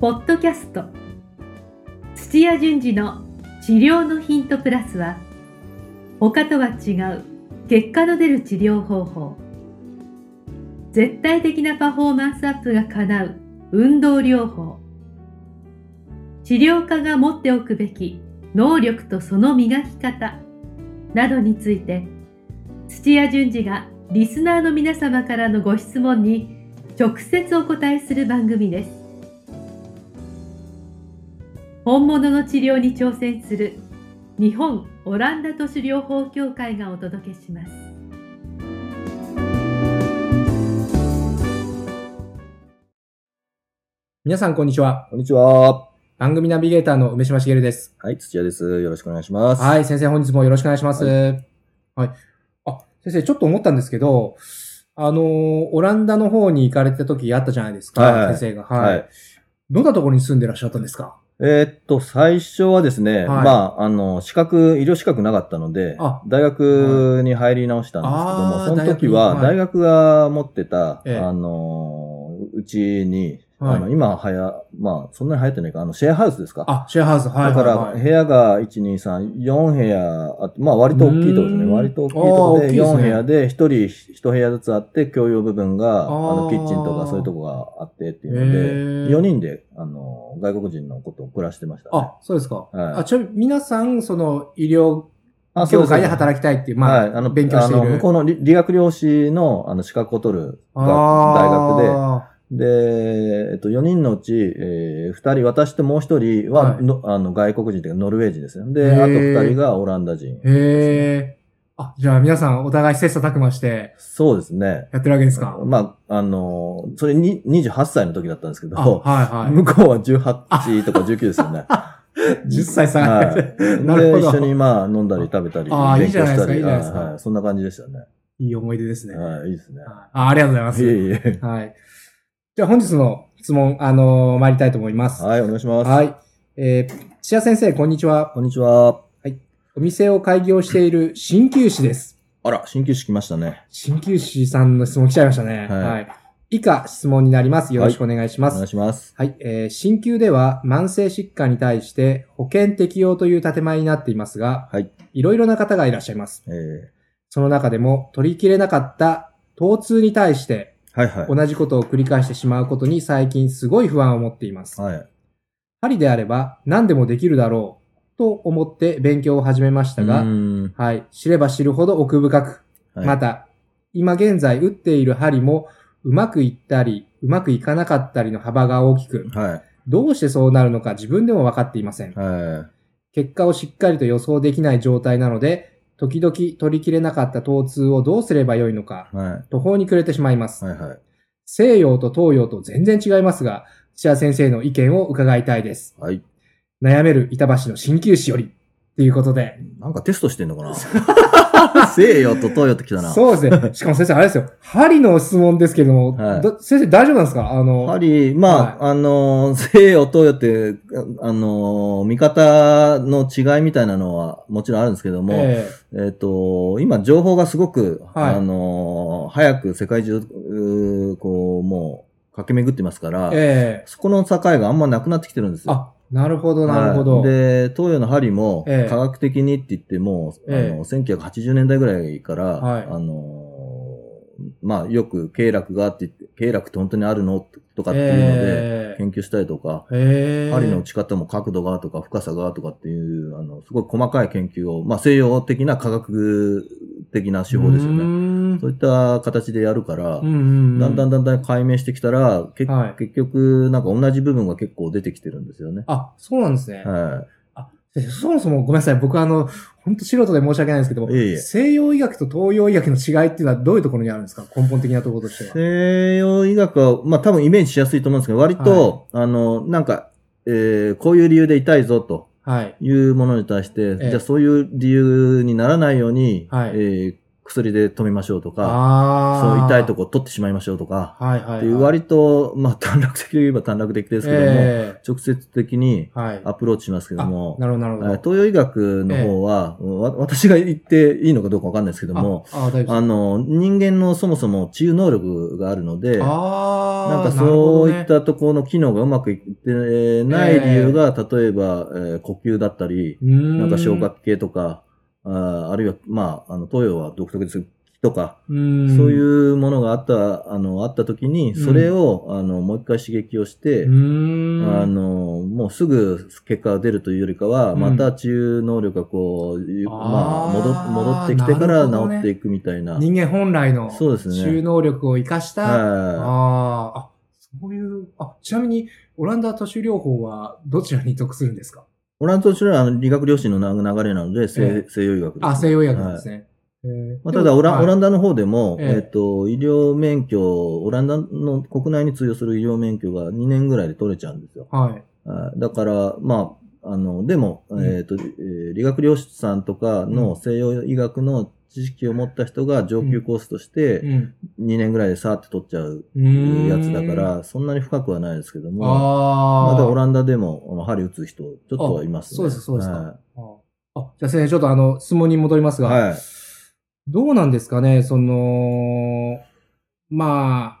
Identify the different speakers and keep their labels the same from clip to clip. Speaker 1: ポッドキャスト土屋順次の治療のヒントプラスは他とは違う結果の出る治療方法絶対的なパフォーマンスアップが叶う運動療法治療家が持っておくべき能力とその磨き方などについて土屋順次がリスナーの皆様からのご質問に直接お答えする番組です本物の治療に挑戦する日本オランダ都市療法協会がお届けします
Speaker 2: 皆さん、こんにちは。
Speaker 3: こんにちは。
Speaker 2: 番組ナビゲーターの梅島茂です。
Speaker 3: はい、土屋です。よろしくお願いします。。
Speaker 2: はいい、先生、本日もよろしくお願いします。はい。あ、先生、ちょっと思ったんですけど、あのーオランダの方に行かれた時あったじゃないですか、
Speaker 3: はいはい
Speaker 2: 先生が。はい。どんなところに住んでらっしゃったんですか
Speaker 3: えーっと、最初はです
Speaker 2: は
Speaker 3: ね、
Speaker 2: い
Speaker 3: まあ、あの、資格、医療資格なかったので
Speaker 2: あ、
Speaker 3: 大学に入り直したんです
Speaker 2: あー
Speaker 3: けども、その時は、
Speaker 2: 大
Speaker 3: 大学が持ってた、
Speaker 2: ええ
Speaker 3: あの、うちに、
Speaker 2: はい
Speaker 3: あの今はや、まあ、そんなに流行ってないか、あの、シェアハウスですか。
Speaker 2: あ、シェアハウス。はい。
Speaker 3: だから、
Speaker 2: はいはい
Speaker 3: 部屋が1、2、3、4部屋あって、まあ割と大きいとこですね。
Speaker 2: うーん
Speaker 3: 割と大きいとこ
Speaker 2: あー大
Speaker 3: で、
Speaker 2: きいです
Speaker 3: 4
Speaker 2: ね
Speaker 3: 部屋で、1人1部屋ずつあって、共用部分が、あ
Speaker 2: あー
Speaker 3: の、キッチンとかそういうとこがあってってい
Speaker 2: へ
Speaker 3: うの
Speaker 2: ー
Speaker 3: で、4人で、あの、外国人の子と暮らしてました、ね
Speaker 2: あ。、そうですか。
Speaker 3: はい
Speaker 2: あ、ちなみに、皆さん、その、医療
Speaker 3: あ
Speaker 2: 業界で
Speaker 3: き
Speaker 2: 働きたいっていう、まあ、
Speaker 3: あの、
Speaker 2: 勉強してい
Speaker 3: あの
Speaker 2: る
Speaker 3: 向こ。うの理理学療師の、あの、資格を取るが大学で、で、えっと、4人のうち、え2人、私ともう1人は
Speaker 2: はい
Speaker 3: の、あの、外国人というか、ノルウェー人ですね。
Speaker 2: へ
Speaker 3: で、
Speaker 2: ー
Speaker 3: あと2人がオランダ人。
Speaker 2: へえ。あ、じゃあ皆さんお互い切磋琢磨して
Speaker 3: そうですね。
Speaker 2: やってるわけですか。
Speaker 3: まあ、あの、それに28歳の時だったんですけ
Speaker 2: あ
Speaker 3: ど、
Speaker 2: はいはい。
Speaker 3: 向こうは18とか19ですよ ね。
Speaker 2: 10歳差が
Speaker 3: は
Speaker 2: ある。
Speaker 3: い。
Speaker 2: なるほ
Speaker 3: で、
Speaker 2: ど
Speaker 3: 一緒にまあ飲んだり食べたり、
Speaker 2: ああいいじゃないですか
Speaker 3: 勉
Speaker 2: いいじゃないですか
Speaker 3: はいはいそんな感じでしたね。
Speaker 2: いい思い出ですね。
Speaker 3: はい、いいですね。
Speaker 2: あありがとうございま
Speaker 3: い
Speaker 2: す。
Speaker 3: えいえ。
Speaker 2: はい。じゃあ本日の質問、あのー参りたいと思います。
Speaker 3: はい、お願いします。
Speaker 2: はい。えー、土屋先生、こんにちは。
Speaker 3: こんにちは。
Speaker 2: お店を開業している鍼灸師です。
Speaker 3: あら、新旧式来ましたね。
Speaker 2: 鍼灸師さんの質問来ちゃいましたね。
Speaker 3: はい
Speaker 2: はい。以下質問になります。よろしくお願いし
Speaker 3: お
Speaker 2: ます
Speaker 3: 願い。します。
Speaker 2: はい、えー、新旧では慢性疾患に対して保険適用という建前になっていますが、
Speaker 3: はい。
Speaker 2: いろいろな方がいらっしゃいます。
Speaker 3: えー
Speaker 2: その中でも取り切れなかった疼痛に対して
Speaker 3: はいは
Speaker 2: 同じことを繰り返してしまうことに最近すごい不安を持っています
Speaker 3: い。。はい。
Speaker 2: 針であれば何でもできるだろうと思って勉強を始めました
Speaker 3: う
Speaker 2: が、
Speaker 3: ーん
Speaker 2: はい、知れば知るほど奥深く、
Speaker 3: はい
Speaker 2: また、今現在打っている針もうまくいったり、うまくいかなかったりの幅が大きく、
Speaker 3: は
Speaker 2: どうしてそうなるのか自分でも分かっていません
Speaker 3: い。。は
Speaker 2: 結果をしっかりと予想できない状態なので、時々取り切れなかった疼痛をどうすればよいのか、
Speaker 3: い。はい。
Speaker 2: 途方に暮れてしまいます。
Speaker 3: はいはい。
Speaker 2: 西洋と東洋と全然違いますが、土屋先生の意見を伺いたいです。
Speaker 3: はい。
Speaker 2: 悩める板橋の鍼灸師より。ということで。
Speaker 3: なんかテストしてんのかな 西洋と東洋って来たな。
Speaker 2: そうです ね。しかも先生、あれですよ。針の質問ですけども、
Speaker 3: はい
Speaker 2: ど先生大丈夫なんですかあの、
Speaker 3: やはり、まあ、あのー、 西洋、東洋って、ああのー、見方の違いみたいなのはもちろんあるんですけども、えっ、
Speaker 2: え
Speaker 3: と、今、情報がすごく、
Speaker 2: はい
Speaker 3: あのー、早く世界中、うーこう、もう、駆け巡ってますから
Speaker 2: え、ええ
Speaker 3: そこの境があんまなくなってきてるんですよ。
Speaker 2: あ、なるほど、なるほど。
Speaker 3: はいで、東洋の針も、
Speaker 2: ええ
Speaker 3: 科学的にって言っても、
Speaker 2: ええ
Speaker 3: あの、1980年代ぐらいから、
Speaker 2: はい
Speaker 3: あのーまあ、よく、経絡があって言って、経絡って本当にあるのとかっていうので、
Speaker 2: ええ
Speaker 3: 研究したりとか、
Speaker 2: へえ。
Speaker 3: 針の打ち方も角度がとか深さがとかっていう、あの、すごい細かい研究を、まあ、西洋的な科学的な手法ですよ
Speaker 2: うー
Speaker 3: ね。
Speaker 2: ん
Speaker 3: そういった形でやるから、
Speaker 2: うんうんうん
Speaker 3: だんだんだんだん解明してきたら、け
Speaker 2: はい
Speaker 3: 結局、なんか同じ部分が結構出てきてるんですよね。
Speaker 2: あ、そうなんですね。
Speaker 3: は
Speaker 2: そもそもごめんなさい。僕あの、本当素人で申し訳ないんですけど、
Speaker 3: いえいえ
Speaker 2: 西洋医学と東洋医学の違いっていうのはどういうところにあるんですか根本的なところとし
Speaker 3: い。
Speaker 2: ては。
Speaker 3: 西洋医学は、まあ多分イメージしやすいと思うんですけど、割と、あの、なんか、えーこういう理由で痛いぞと
Speaker 2: はい。
Speaker 3: いうものに対して、
Speaker 2: ええ
Speaker 3: じゃあそういう理由にならないように、
Speaker 2: はい
Speaker 3: えー薬で止めましょうとか、
Speaker 2: あ
Speaker 3: その痛いと
Speaker 2: こ。
Speaker 3: こ取ってしまいましょうとか、
Speaker 2: はいはい、はい。
Speaker 3: っていう割と、まあ、短絡的といえば短絡的ですけども、
Speaker 2: え
Speaker 3: 直接的に
Speaker 2: えはい。
Speaker 3: アプローチしますけども、
Speaker 2: なるほど、なる
Speaker 3: え
Speaker 2: ほ
Speaker 3: ー
Speaker 2: ど。
Speaker 3: 東洋医学の方は、わ私が言っていいのかどうかわかんないですけども、
Speaker 2: あ、あ大丈夫
Speaker 3: あの、人間のそもそも治癒能力があるので、
Speaker 2: あ
Speaker 3: なん
Speaker 2: あーな
Speaker 3: か
Speaker 2: るほ
Speaker 3: そ
Speaker 2: ど
Speaker 3: う
Speaker 2: ね
Speaker 3: いったところの機能がうまくいってない理由が、例えば、えー呼吸だったり、
Speaker 2: うーん
Speaker 3: なんか消化器系とか、あーあるいは、まあ、あの、東洋は独特ですけど気とか、
Speaker 2: そう
Speaker 3: そう
Speaker 2: い
Speaker 3: いうものがあった、あの、あった時に、
Speaker 2: うん
Speaker 3: それを、あの、もう一回刺激をして、
Speaker 2: ん
Speaker 3: あの、もうすぐ結果が出るというよりかは、
Speaker 2: うん
Speaker 3: また治癒能力がこう、ゆまあ戻、
Speaker 2: あー
Speaker 3: 戻ってきてか
Speaker 2: な
Speaker 3: ら
Speaker 2: るほど
Speaker 3: 治
Speaker 2: ね
Speaker 3: っていくみたいな。
Speaker 2: 人間本来の
Speaker 3: そうですね
Speaker 2: 収納力を生かした、
Speaker 3: は
Speaker 2: あーあ、そういう、あ、ちなみに、オランダ都市療法はどちらに属するんですか
Speaker 3: い。オランダとしてはあの理学療心の流れなので、西
Speaker 2: え
Speaker 3: 西洋医学ですね、
Speaker 2: あ、西洋医学なんですね。えー
Speaker 3: まあ、ただオラ、オラ
Speaker 2: ン
Speaker 3: ンダの方でも、
Speaker 2: ええ
Speaker 3: えっ、と、医療免許、オランダの国内に通用する医療免許が2年ぐらいで取れちゃうんですよ。
Speaker 2: ダ。はい。
Speaker 3: あだから、まあ、あの、でも、
Speaker 2: うん
Speaker 3: えっ、と、えー理学療師さんとか
Speaker 2: うん
Speaker 3: の西洋医学の知識を持った人が上級コースとし
Speaker 2: う
Speaker 3: て、
Speaker 2: ん
Speaker 3: 2年ぐらいでさーって取っちゃう
Speaker 2: うーん。
Speaker 3: やつだから、そんなに深くはないですけども、
Speaker 2: ああ。
Speaker 3: まだオ
Speaker 2: ン
Speaker 3: ランダでも、あの針打つ人、ちょっとはいますね。
Speaker 2: そうです、そうですか。
Speaker 3: は
Speaker 2: ああじゃあ先生、ちょっとあの、質問に戻ります
Speaker 3: い。
Speaker 2: が、
Speaker 3: はい
Speaker 2: どうなんですかね、その、まあ、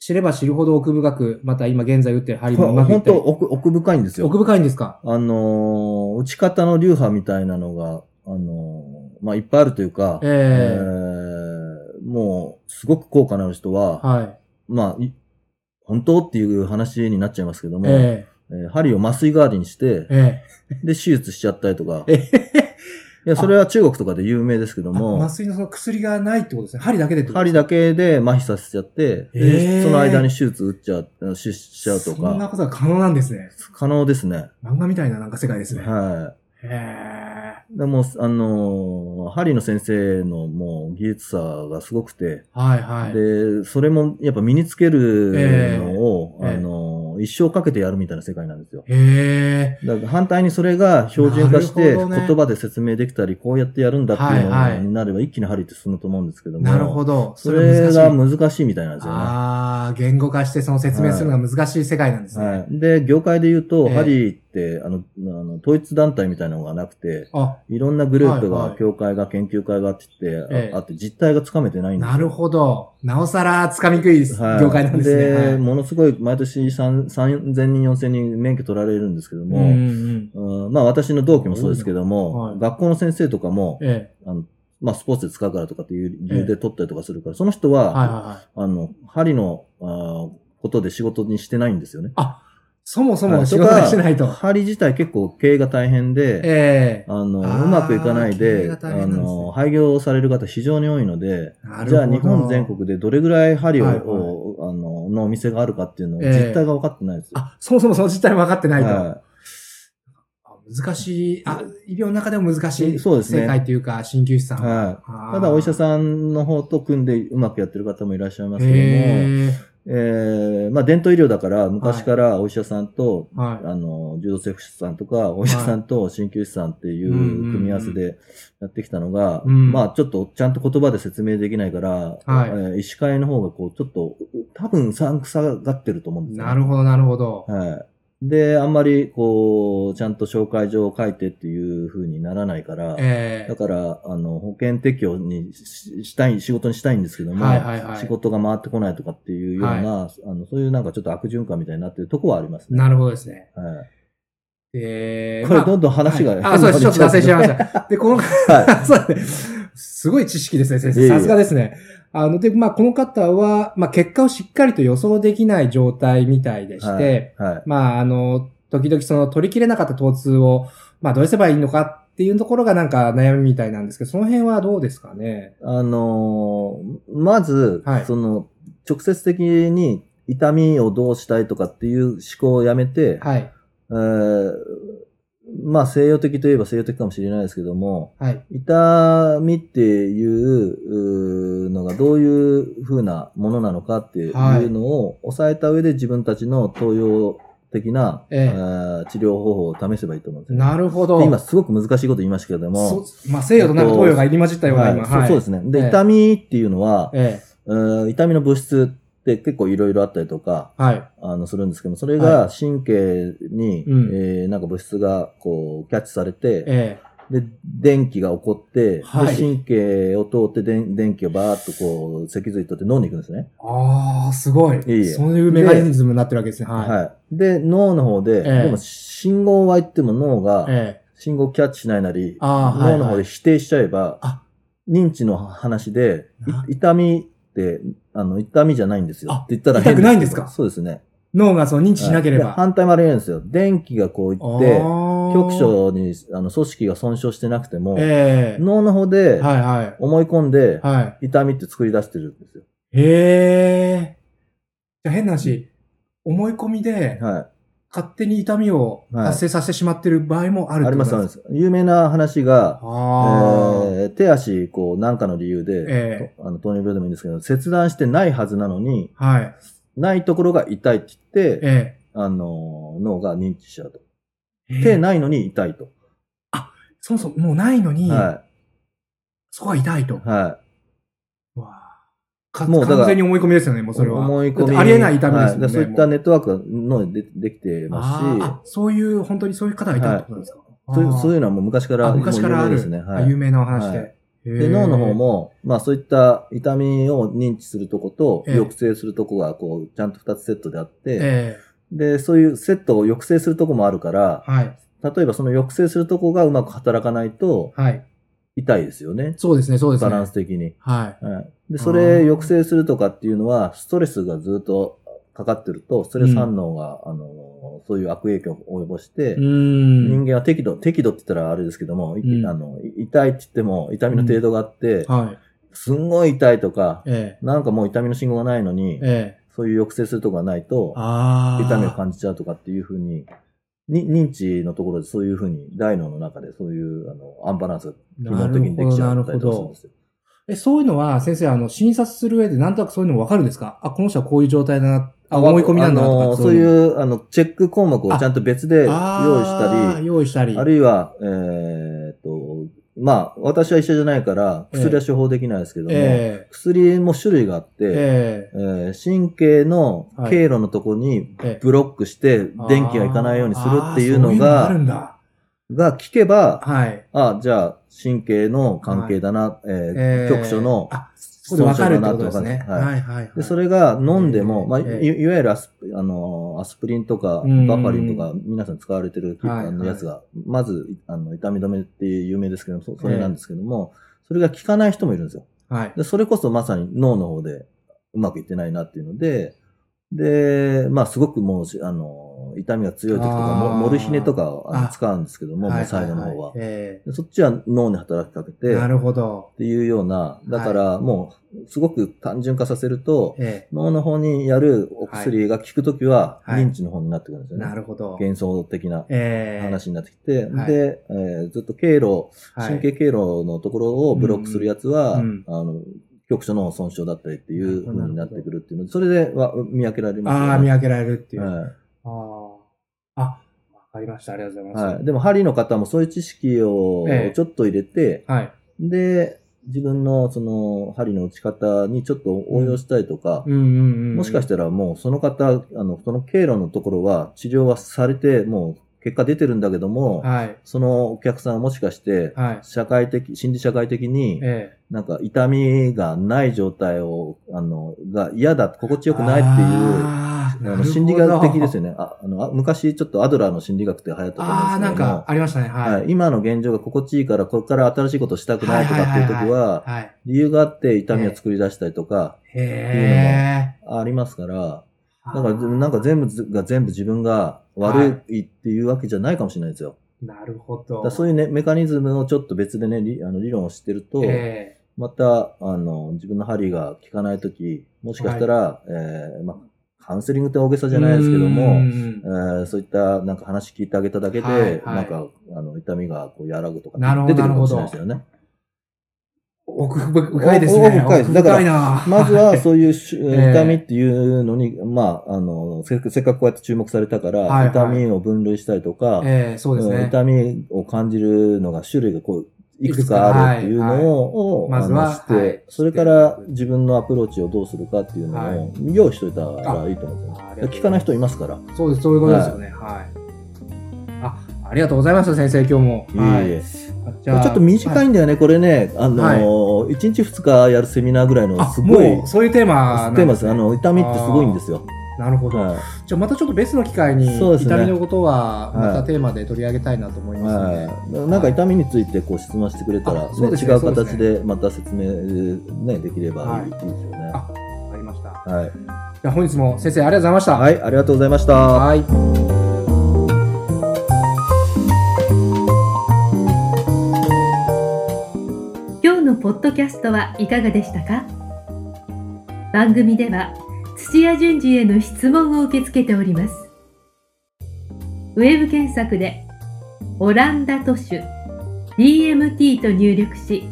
Speaker 2: 知れば知るほど奥深く、また今現在打ってる針
Speaker 3: これ
Speaker 2: もうまくい
Speaker 3: 本
Speaker 2: った
Speaker 3: 当
Speaker 2: り
Speaker 3: 奥、奥深いんですよ。
Speaker 2: 奥深いんですか
Speaker 3: あのー打ち方の流派みたいなのが、あのーまあ、いっぱいあるというか、え
Speaker 2: ええ
Speaker 3: ーもう、すごく効果のある人は、
Speaker 2: はい。
Speaker 3: まあ、い本当っていう話になっちゃいますけども、え
Speaker 2: え
Speaker 3: ー針を麻酔代わりにして
Speaker 2: え、え
Speaker 3: で、手術しちゃったりとか、
Speaker 2: え
Speaker 3: いや、それは中国とかで有名ですけど
Speaker 2: あ
Speaker 3: も
Speaker 2: 麻、酔のその薬がないってことですね。針だけでってこと
Speaker 3: 針だけで麻痺させちゃって、で
Speaker 2: えー
Speaker 3: その間に手術打っちゃう、手術しちゃうと
Speaker 2: そんな
Speaker 3: か、
Speaker 2: ことは可能なんですね。
Speaker 3: 可能ですね。
Speaker 2: 漫画みたいななんか世界ですね。
Speaker 3: はい。
Speaker 2: へえ。
Speaker 3: でもう、あのー、ハリーの先生のもう技術さがすごくて、
Speaker 2: はいはい。
Speaker 3: で、それもやっぱ身につけるのを、
Speaker 2: ええ
Speaker 3: あのー一生かけてやるみたいな世界なんですよ。
Speaker 2: へえ。
Speaker 3: だから反対にそれが標準化して、
Speaker 2: なるほどね
Speaker 3: 言葉で説明できたり、こうやってやるんだっていう
Speaker 2: はいはい
Speaker 3: のになれば一気にハリーって進むと思うんですけども、
Speaker 2: なるほど。
Speaker 3: それが
Speaker 2: 難しい
Speaker 3: 難しいみたいなんですよね。
Speaker 2: ああ、言語化してその説明するのが難しい世界なんですね。
Speaker 3: はい、で、業界で言うと、
Speaker 2: ええ
Speaker 3: ハリーってあのあの、統一団体みたいなのがなくて、
Speaker 2: あ、
Speaker 3: いろんなグループが、
Speaker 2: はいはい
Speaker 3: 協会が、研究会がって言って、あ
Speaker 2: ええ
Speaker 3: あって実態がつかめてないんですよ。
Speaker 2: なるほど。なおさらつかみにくいです
Speaker 3: はい
Speaker 2: 業界なんですね。
Speaker 3: で
Speaker 2: はい
Speaker 3: ものすごい毎年3 3000人、4000人免許取られるんですけど
Speaker 2: うん
Speaker 3: も、
Speaker 2: うん
Speaker 3: うんまあ私の同期もそうですけども、
Speaker 2: はい
Speaker 3: 学校の先生とかも、
Speaker 2: ええ。
Speaker 3: あのまあスポーツで使うからとかっていう理由で取ったりとかするから、その人は、
Speaker 2: はいはいはい。
Speaker 3: あの、針のあーことで仕事にしてないんですよね。
Speaker 2: そもそ
Speaker 3: は
Speaker 2: も
Speaker 3: い
Speaker 2: 仕事がしないと。
Speaker 3: 針自体結構経営が大変で、
Speaker 2: ええ。
Speaker 3: あの、う
Speaker 2: あー
Speaker 3: まくいかない
Speaker 2: 経営
Speaker 3: で、
Speaker 2: が
Speaker 3: あ
Speaker 2: 大変なんですね
Speaker 3: の、廃業される方非常に多いので、
Speaker 2: なるほど
Speaker 3: じゃあ日本全国でどれぐらい針を、
Speaker 2: はいはい
Speaker 3: あの、のお店があるかっていうのを
Speaker 2: ええ
Speaker 3: 実態が分かってないですよ。
Speaker 2: あ、そもそもその実態分かってないと。
Speaker 3: は
Speaker 2: あ難しい、あ、医療の中でも難しい
Speaker 3: そうですね
Speaker 2: 世界というか、鍼灸師さん
Speaker 3: い。は
Speaker 2: あ
Speaker 3: い。
Speaker 2: ー
Speaker 3: ただ、お医者さんの方と組んでうまくやってる方もいらっしゃいますけども、え
Speaker 2: へ
Speaker 3: ーまあ、伝統医療だから、昔からお医者さんと、
Speaker 2: ーは
Speaker 3: あの、柔道整復師さんとか、お医者さんと鍼灸師さんっていう組み合わせでやってきたのが、
Speaker 2: うん
Speaker 3: まあちょっとちゃんと言葉で説明できないから、
Speaker 2: はい
Speaker 3: えー医師会の方がこう、ちょっと、多分散臭がってると思うんで
Speaker 2: い。
Speaker 3: すよ、
Speaker 2: なるほど、なるほど。
Speaker 3: はい。で、あんまりこう、ちゃんと紹介状を書いてっていう風にならないから、
Speaker 2: ええ
Speaker 3: だから、あの、保険適用にししたい、仕事にしたいんですけども、
Speaker 2: はいはいはい
Speaker 3: 仕事が回ってこないとかっていうような、あの、そういうなんかちょっと悪循環みたいになってるとこはありますね。
Speaker 2: なるほどですね。
Speaker 3: はい
Speaker 2: ええ
Speaker 3: これどんどん話が、
Speaker 2: はいあ、そうです。ちょっと脱線しちゃいました。で、この、
Speaker 3: は
Speaker 2: そうですね。すごい知識ですね、先
Speaker 3: いえ
Speaker 2: 生。
Speaker 3: いえ
Speaker 2: さすがですね。あの、で、まあ、この方は、まあ、結果をしっかりと予想できない状態みたいでして、
Speaker 3: はい。
Speaker 2: まあ、あの、時々その取り切れなかった疼痛を、まあ、どうすればいいのかっていうところがなんか悩みみたいなんですけど、その辺はどうですかね
Speaker 3: あのーまず、
Speaker 2: はい
Speaker 3: その、直接的に痛みをどうしたいとかっていう思考をやめて、
Speaker 2: はい。
Speaker 3: えーまあ西洋的といえば西洋的かもしれないですけども、
Speaker 2: はい。
Speaker 3: 痛みっていううーのがどういう風なものなのかっていうのを抑えた上で自分たちの東洋的な、
Speaker 2: ええ
Speaker 3: あー治療方法を試せばいいと思うんですよね
Speaker 2: なるほど。
Speaker 3: で今、すごく難しいこと言いましたけれど
Speaker 2: そ、
Speaker 3: も
Speaker 2: まあ、西洋となんか東洋が入り混じったような、今。
Speaker 3: はい、そうそうですね。
Speaker 2: ええ
Speaker 3: で、痛みっていうのは、
Speaker 2: え
Speaker 3: えー痛みの物質って結構いろいろあったりとか、
Speaker 2: え。はい。
Speaker 3: あの、するんですけども、それが神経に、
Speaker 2: うん
Speaker 3: えーなんか物質がこう、キャッチされて、
Speaker 2: え
Speaker 3: で、電気が起こって、
Speaker 2: はい
Speaker 3: で神経を通って電電気をバーっとこう、脊髄取って脳に行くんですね
Speaker 2: え。。ああ、すごい。
Speaker 3: いえいえ
Speaker 2: そういうメカニズムになってるわけですね。はい。
Speaker 3: はい。で、脳の方で、
Speaker 2: ええ
Speaker 3: でも信号は言っても脳が、
Speaker 2: ええ。
Speaker 3: 信号キャッチしないなり、
Speaker 2: ああ、はい、
Speaker 3: 脳の方で否定しちゃえば、
Speaker 2: あ
Speaker 3: 認知の話で
Speaker 2: な、
Speaker 3: い痛みって、あの、痛みじゃないんですよ
Speaker 2: あ
Speaker 3: って言ったら変
Speaker 2: 痛くないんですか
Speaker 3: そうですね。
Speaker 2: 脳がそう認知しなけれ
Speaker 3: はいで
Speaker 2: ば。
Speaker 3: 反対もありえるんですよ。電気がこう行って、局
Speaker 2: 局
Speaker 3: 所に、あの、組織が損傷してなくても、
Speaker 2: ええ
Speaker 3: 脳の方で、
Speaker 2: はいはい。
Speaker 3: 思い込んで、
Speaker 2: は
Speaker 3: 痛みって作り出してるんですよ。
Speaker 2: い。へえ。じゃあ変な話、思い込みで、
Speaker 3: は
Speaker 2: 勝手に痛みを発生させてしまってる場合もあ
Speaker 3: い。
Speaker 2: る
Speaker 3: あります、あり
Speaker 2: あ
Speaker 3: ます。有名な話が、え
Speaker 2: あー。
Speaker 3: ー手足、こう、なんかの理由で、
Speaker 2: え
Speaker 3: とあの糖尿病でもいいんですけど、切断してないはずなのに、
Speaker 2: はい。
Speaker 3: ないところが痛いって言って、
Speaker 2: え
Speaker 3: あのー、脳が認知しちゃうと。
Speaker 2: え。
Speaker 3: 手
Speaker 2: ええ
Speaker 3: ないのに痛いと。
Speaker 2: そもそももうないのに、
Speaker 3: は
Speaker 2: そこが痛いと。
Speaker 3: い。は
Speaker 2: わあか
Speaker 3: もうだから
Speaker 2: 完全に思い込みですよね、も
Speaker 3: い。
Speaker 2: うそれは。
Speaker 3: 思い
Speaker 2: だっ
Speaker 3: 込
Speaker 2: て
Speaker 3: み。
Speaker 2: ありえない痛みですもんね。
Speaker 3: はだからそういっ
Speaker 2: も
Speaker 3: た
Speaker 2: う
Speaker 3: ネットワークが脳でできて
Speaker 2: あ
Speaker 3: ま
Speaker 2: ーあそういう、本当にそういう方がいたってことですか、
Speaker 3: すし、そういうそういううのはもう昔から
Speaker 2: あ昔からあ
Speaker 3: もう
Speaker 2: る
Speaker 3: 有名ですね。は
Speaker 2: あ有
Speaker 3: い。
Speaker 2: 名なお話で。
Speaker 3: はい
Speaker 2: へ
Speaker 3: で、
Speaker 2: ー
Speaker 3: 脳の方、も、まあそういった痛みを認知するとこと、
Speaker 2: ええ
Speaker 3: 抑制するとこが、こう、ちゃんと2つセットであって、
Speaker 2: え
Speaker 3: で、そういうセットを抑制するとこもあるから
Speaker 2: え、はい。
Speaker 3: 例えばその抑制するとこがうまく働かないと
Speaker 2: はい。
Speaker 3: 痛いですよね。
Speaker 2: そうですね、そうです
Speaker 3: バ
Speaker 2: ね。
Speaker 3: ランス的に。
Speaker 2: はい。
Speaker 3: はい、
Speaker 2: あー
Speaker 3: でそれ抑制するとかっていうのは、ストレスがずっとかかってると、ストレス反応が、あのそういう悪影響を及ぼして、
Speaker 2: うーん。
Speaker 3: 人間は適度、適度って言ったらあれですけども、い
Speaker 2: うん
Speaker 3: あのい痛いって言っても痛みの程度があって、
Speaker 2: はい。
Speaker 3: すんごい痛いとか、
Speaker 2: え
Speaker 3: なんかもう痛みの信号がないのに
Speaker 2: え。、ええ。
Speaker 3: そういう抑制するとこがないと、
Speaker 2: ああ。
Speaker 3: 痛みを感じちゃうとかっていうふうに、に認知のところでそういうふうに、大脳の中でそういうあのアンバランスが機
Speaker 2: な
Speaker 3: 能
Speaker 2: る
Speaker 3: 的にでき
Speaker 2: ほど、
Speaker 3: ちゃ
Speaker 2: な
Speaker 3: う
Speaker 2: る
Speaker 3: みた
Speaker 2: ほ
Speaker 3: りとかする
Speaker 2: ど
Speaker 3: んで。
Speaker 2: え、
Speaker 3: すよ。
Speaker 2: そういうのは、先生、あの、診察する上で、なんとなくそういうのわかるんですかあ、この人はこういう状態だな、あ、思い込みなんだなとか、、
Speaker 3: あのそういうう、あの、チェック項目をちゃんと別で用意
Speaker 2: あー
Speaker 3: したり、
Speaker 2: 用意したり。
Speaker 3: あるいは、えーっと、まあ、私は医者じゃないから、
Speaker 2: ええ
Speaker 3: 薬は処方できないですけども、
Speaker 2: え
Speaker 3: 薬も種類があっ
Speaker 2: え
Speaker 3: て、
Speaker 2: ええ
Speaker 3: えー神経の
Speaker 2: はい
Speaker 3: 経路のとこに
Speaker 2: ええ
Speaker 3: ブロックして、電気がいかないようにするっていうの
Speaker 2: あーそういうのある
Speaker 3: が、
Speaker 2: んだ。
Speaker 3: が効けば、
Speaker 2: はい。
Speaker 3: あ、じゃあ、神経の関係だな、えー
Speaker 2: ええ
Speaker 3: 局所の
Speaker 2: あ、そこでわかるってことですね。
Speaker 3: 損傷だなとかねはい
Speaker 2: はい、はい。
Speaker 3: で、それが飲んでも、
Speaker 2: ええ
Speaker 3: まあ、い
Speaker 2: ええ
Speaker 3: いわゆるアスあのアスピリンとか、バ
Speaker 2: うん
Speaker 3: ファリンとか、皆さん使われてる、
Speaker 2: はい
Speaker 3: あ
Speaker 2: は
Speaker 3: の
Speaker 2: い
Speaker 3: やつが、まず、あの痛み止めって有名ですけども、そそれなんですけども、それが効かない人もいるんですよ。
Speaker 2: はい。
Speaker 3: で、それこそまさに脳の方でうまくいってないなっていうので、で、まあ、すごくもう、しあの、痛みが強い時とか、
Speaker 2: あー
Speaker 3: モモルヒネとかをあの
Speaker 2: あ
Speaker 3: 使うんですけども、
Speaker 2: は
Speaker 3: も
Speaker 2: いう
Speaker 3: 最後の方は。
Speaker 2: いいえ
Speaker 3: でそっちは脳に働きかけ
Speaker 2: え
Speaker 3: て、
Speaker 2: な
Speaker 3: っ
Speaker 2: るほど。
Speaker 3: ていうような、だからもう、すごく単純化させると、
Speaker 2: え
Speaker 3: 脳の方にやるお薬が効くときは、
Speaker 2: はい
Speaker 3: 認知の方になってくるんです
Speaker 2: え
Speaker 3: よね。
Speaker 2: なるほど。
Speaker 3: 幻想的な
Speaker 2: ええ
Speaker 3: 話になってきて、
Speaker 2: はい
Speaker 3: で、えーずっと経路、
Speaker 2: はい
Speaker 3: 神経経路のところをブロックするやつは、
Speaker 2: うん
Speaker 3: あの、局所の損傷だったりっていう
Speaker 2: なるほど
Speaker 3: 風になってくるっていうので、それでは見分けられますよね。
Speaker 2: ああ、見分けられるっていう。
Speaker 3: はい
Speaker 2: ああ。あ、わかりました。ありがとうございま
Speaker 3: はい。
Speaker 2: す。
Speaker 3: でも、針の方もそういう知識を
Speaker 2: ええ
Speaker 3: ちょっと入れて、
Speaker 2: はい。
Speaker 3: で、自分のその針の打ち方にちょっと応用したりとか、
Speaker 2: うんうんうん。
Speaker 3: もしかしたたらもうその方、あの、その経路のところは治療はされて、もう結果出てるんだけども、
Speaker 2: はい。
Speaker 3: そのお客さんはもしかして、
Speaker 2: はい。
Speaker 3: 社会的、心理社会的に、
Speaker 2: え
Speaker 3: なんか痛みがない状態を、あの、が嫌だ、心地
Speaker 2: え。
Speaker 3: よくないっていう、
Speaker 2: あ
Speaker 3: あ
Speaker 2: ー
Speaker 3: の心理学的です
Speaker 2: ね。
Speaker 3: よね。ああのあ昔ちょっとアドラーの心理学って流行ったと思うんで
Speaker 2: あ
Speaker 3: す
Speaker 2: あ、
Speaker 3: け
Speaker 2: な
Speaker 3: ど
Speaker 2: ん
Speaker 3: も、
Speaker 2: かありましたね。はい。
Speaker 3: はい、今の現状が心地いいから、これから新しいことしたくないとかっていう時
Speaker 2: はいはい
Speaker 3: は、
Speaker 2: はい。
Speaker 3: 理由があって痛みを作り出したりとか、
Speaker 2: へえ。
Speaker 3: ありますから、
Speaker 2: だ
Speaker 3: だから、なんか全部が全部自分が悪いっていうわけじゃないかもしれないですよ。
Speaker 2: なるほど。
Speaker 3: だからそう
Speaker 2: い
Speaker 3: いうね、メカニズムをちょっと別でね、理あの理論を知ってると、
Speaker 2: ええ。
Speaker 3: また、あの、自分の針が効かないとき、もしかしたら、えーまあ、カウンセリングって大げさじゃないですけど
Speaker 2: うん
Speaker 3: も、
Speaker 2: うん
Speaker 3: えーそういったなんか話聞いてあげただけで、
Speaker 2: はいはい
Speaker 3: なんか、あの、痛みがこう、和らぐとか
Speaker 2: なるほど
Speaker 3: 出てくるかもしれないですよね。
Speaker 2: 奥深いですね。
Speaker 3: 奥深いですだから
Speaker 2: 奥深いな
Speaker 3: まずは、そういうし、
Speaker 2: ええ
Speaker 3: 痛みっていうのに、まあ、あの、せっせっかくこうやって注目されたから、
Speaker 2: はいはい
Speaker 3: 痛みを分類したりとか、
Speaker 2: ええそうです
Speaker 3: うん
Speaker 2: ね。
Speaker 3: 痛みを感じるのが種類がこう、いくつかあるっていう
Speaker 2: はいはい
Speaker 3: のを、を
Speaker 2: まずは
Speaker 3: あの知って、
Speaker 2: はい
Speaker 3: それから自分のアプローチをどうするかっていうのを用意しといたらいいと思うんですよ
Speaker 2: あありがとうござい
Speaker 3: だ
Speaker 2: ま
Speaker 3: か
Speaker 2: す
Speaker 3: ら聞かない人いますから。
Speaker 2: そうです、そういうことですよね。はい。あ、ありがとうございました、先生、今日も。はい
Speaker 3: えいえ
Speaker 2: い。
Speaker 3: ちょっと短いんだよね、これね、あのー、1日2日やるセミナーぐらいの
Speaker 2: あ、
Speaker 3: すごい、
Speaker 2: もうそういうテーマなん
Speaker 3: テー
Speaker 2: で
Speaker 3: マですす。
Speaker 2: ね
Speaker 3: あの、痛みってすごいんですよ。
Speaker 2: なるほど。
Speaker 3: はい
Speaker 2: じゃあまたちょっと別の機会に、
Speaker 3: そうですね
Speaker 2: 痛みのことは、
Speaker 3: はい
Speaker 2: またテーマで取り上げたいなと思いますね。
Speaker 3: はい、なんか痛みについてこう質問してくれたら、
Speaker 2: あそうですね
Speaker 3: 違う
Speaker 2: そうです
Speaker 3: 形
Speaker 2: ね
Speaker 3: でまた説明、ね、できればいい,、、
Speaker 2: はい
Speaker 3: いですよね。
Speaker 2: あわかりました。
Speaker 3: はい、
Speaker 2: じゃあ本日も先生、ありがとうございました。
Speaker 3: はい、ありがとうございました。
Speaker 2: はい。
Speaker 1: 今日のポッドキャストはいかがでしたか番組では土屋順次への質問を受け付けておりますウェブ検索で「オランダ都市 DMT」と入力し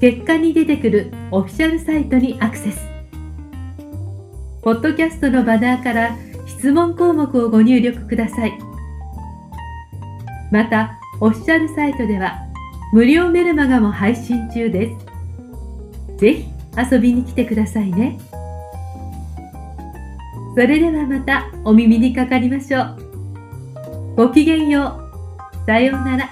Speaker 1: 結果に出てくるオフィシャルサイトにアクセスポッドキャストのバナーから質問項目をご入力くださいまたオフィシャルサイトでは「無料メルマガも配信中です。ぜひ遊びに来てくださいね。それではまたお耳にかかりましょう。ごきげんよう。さようなら。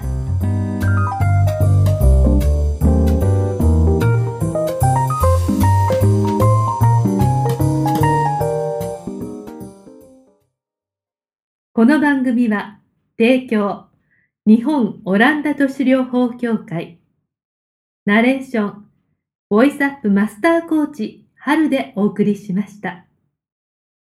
Speaker 1: この番組は提供日本オランダ都市療法協会ナレーションボイスアップマスターコーチ春でお送りしました。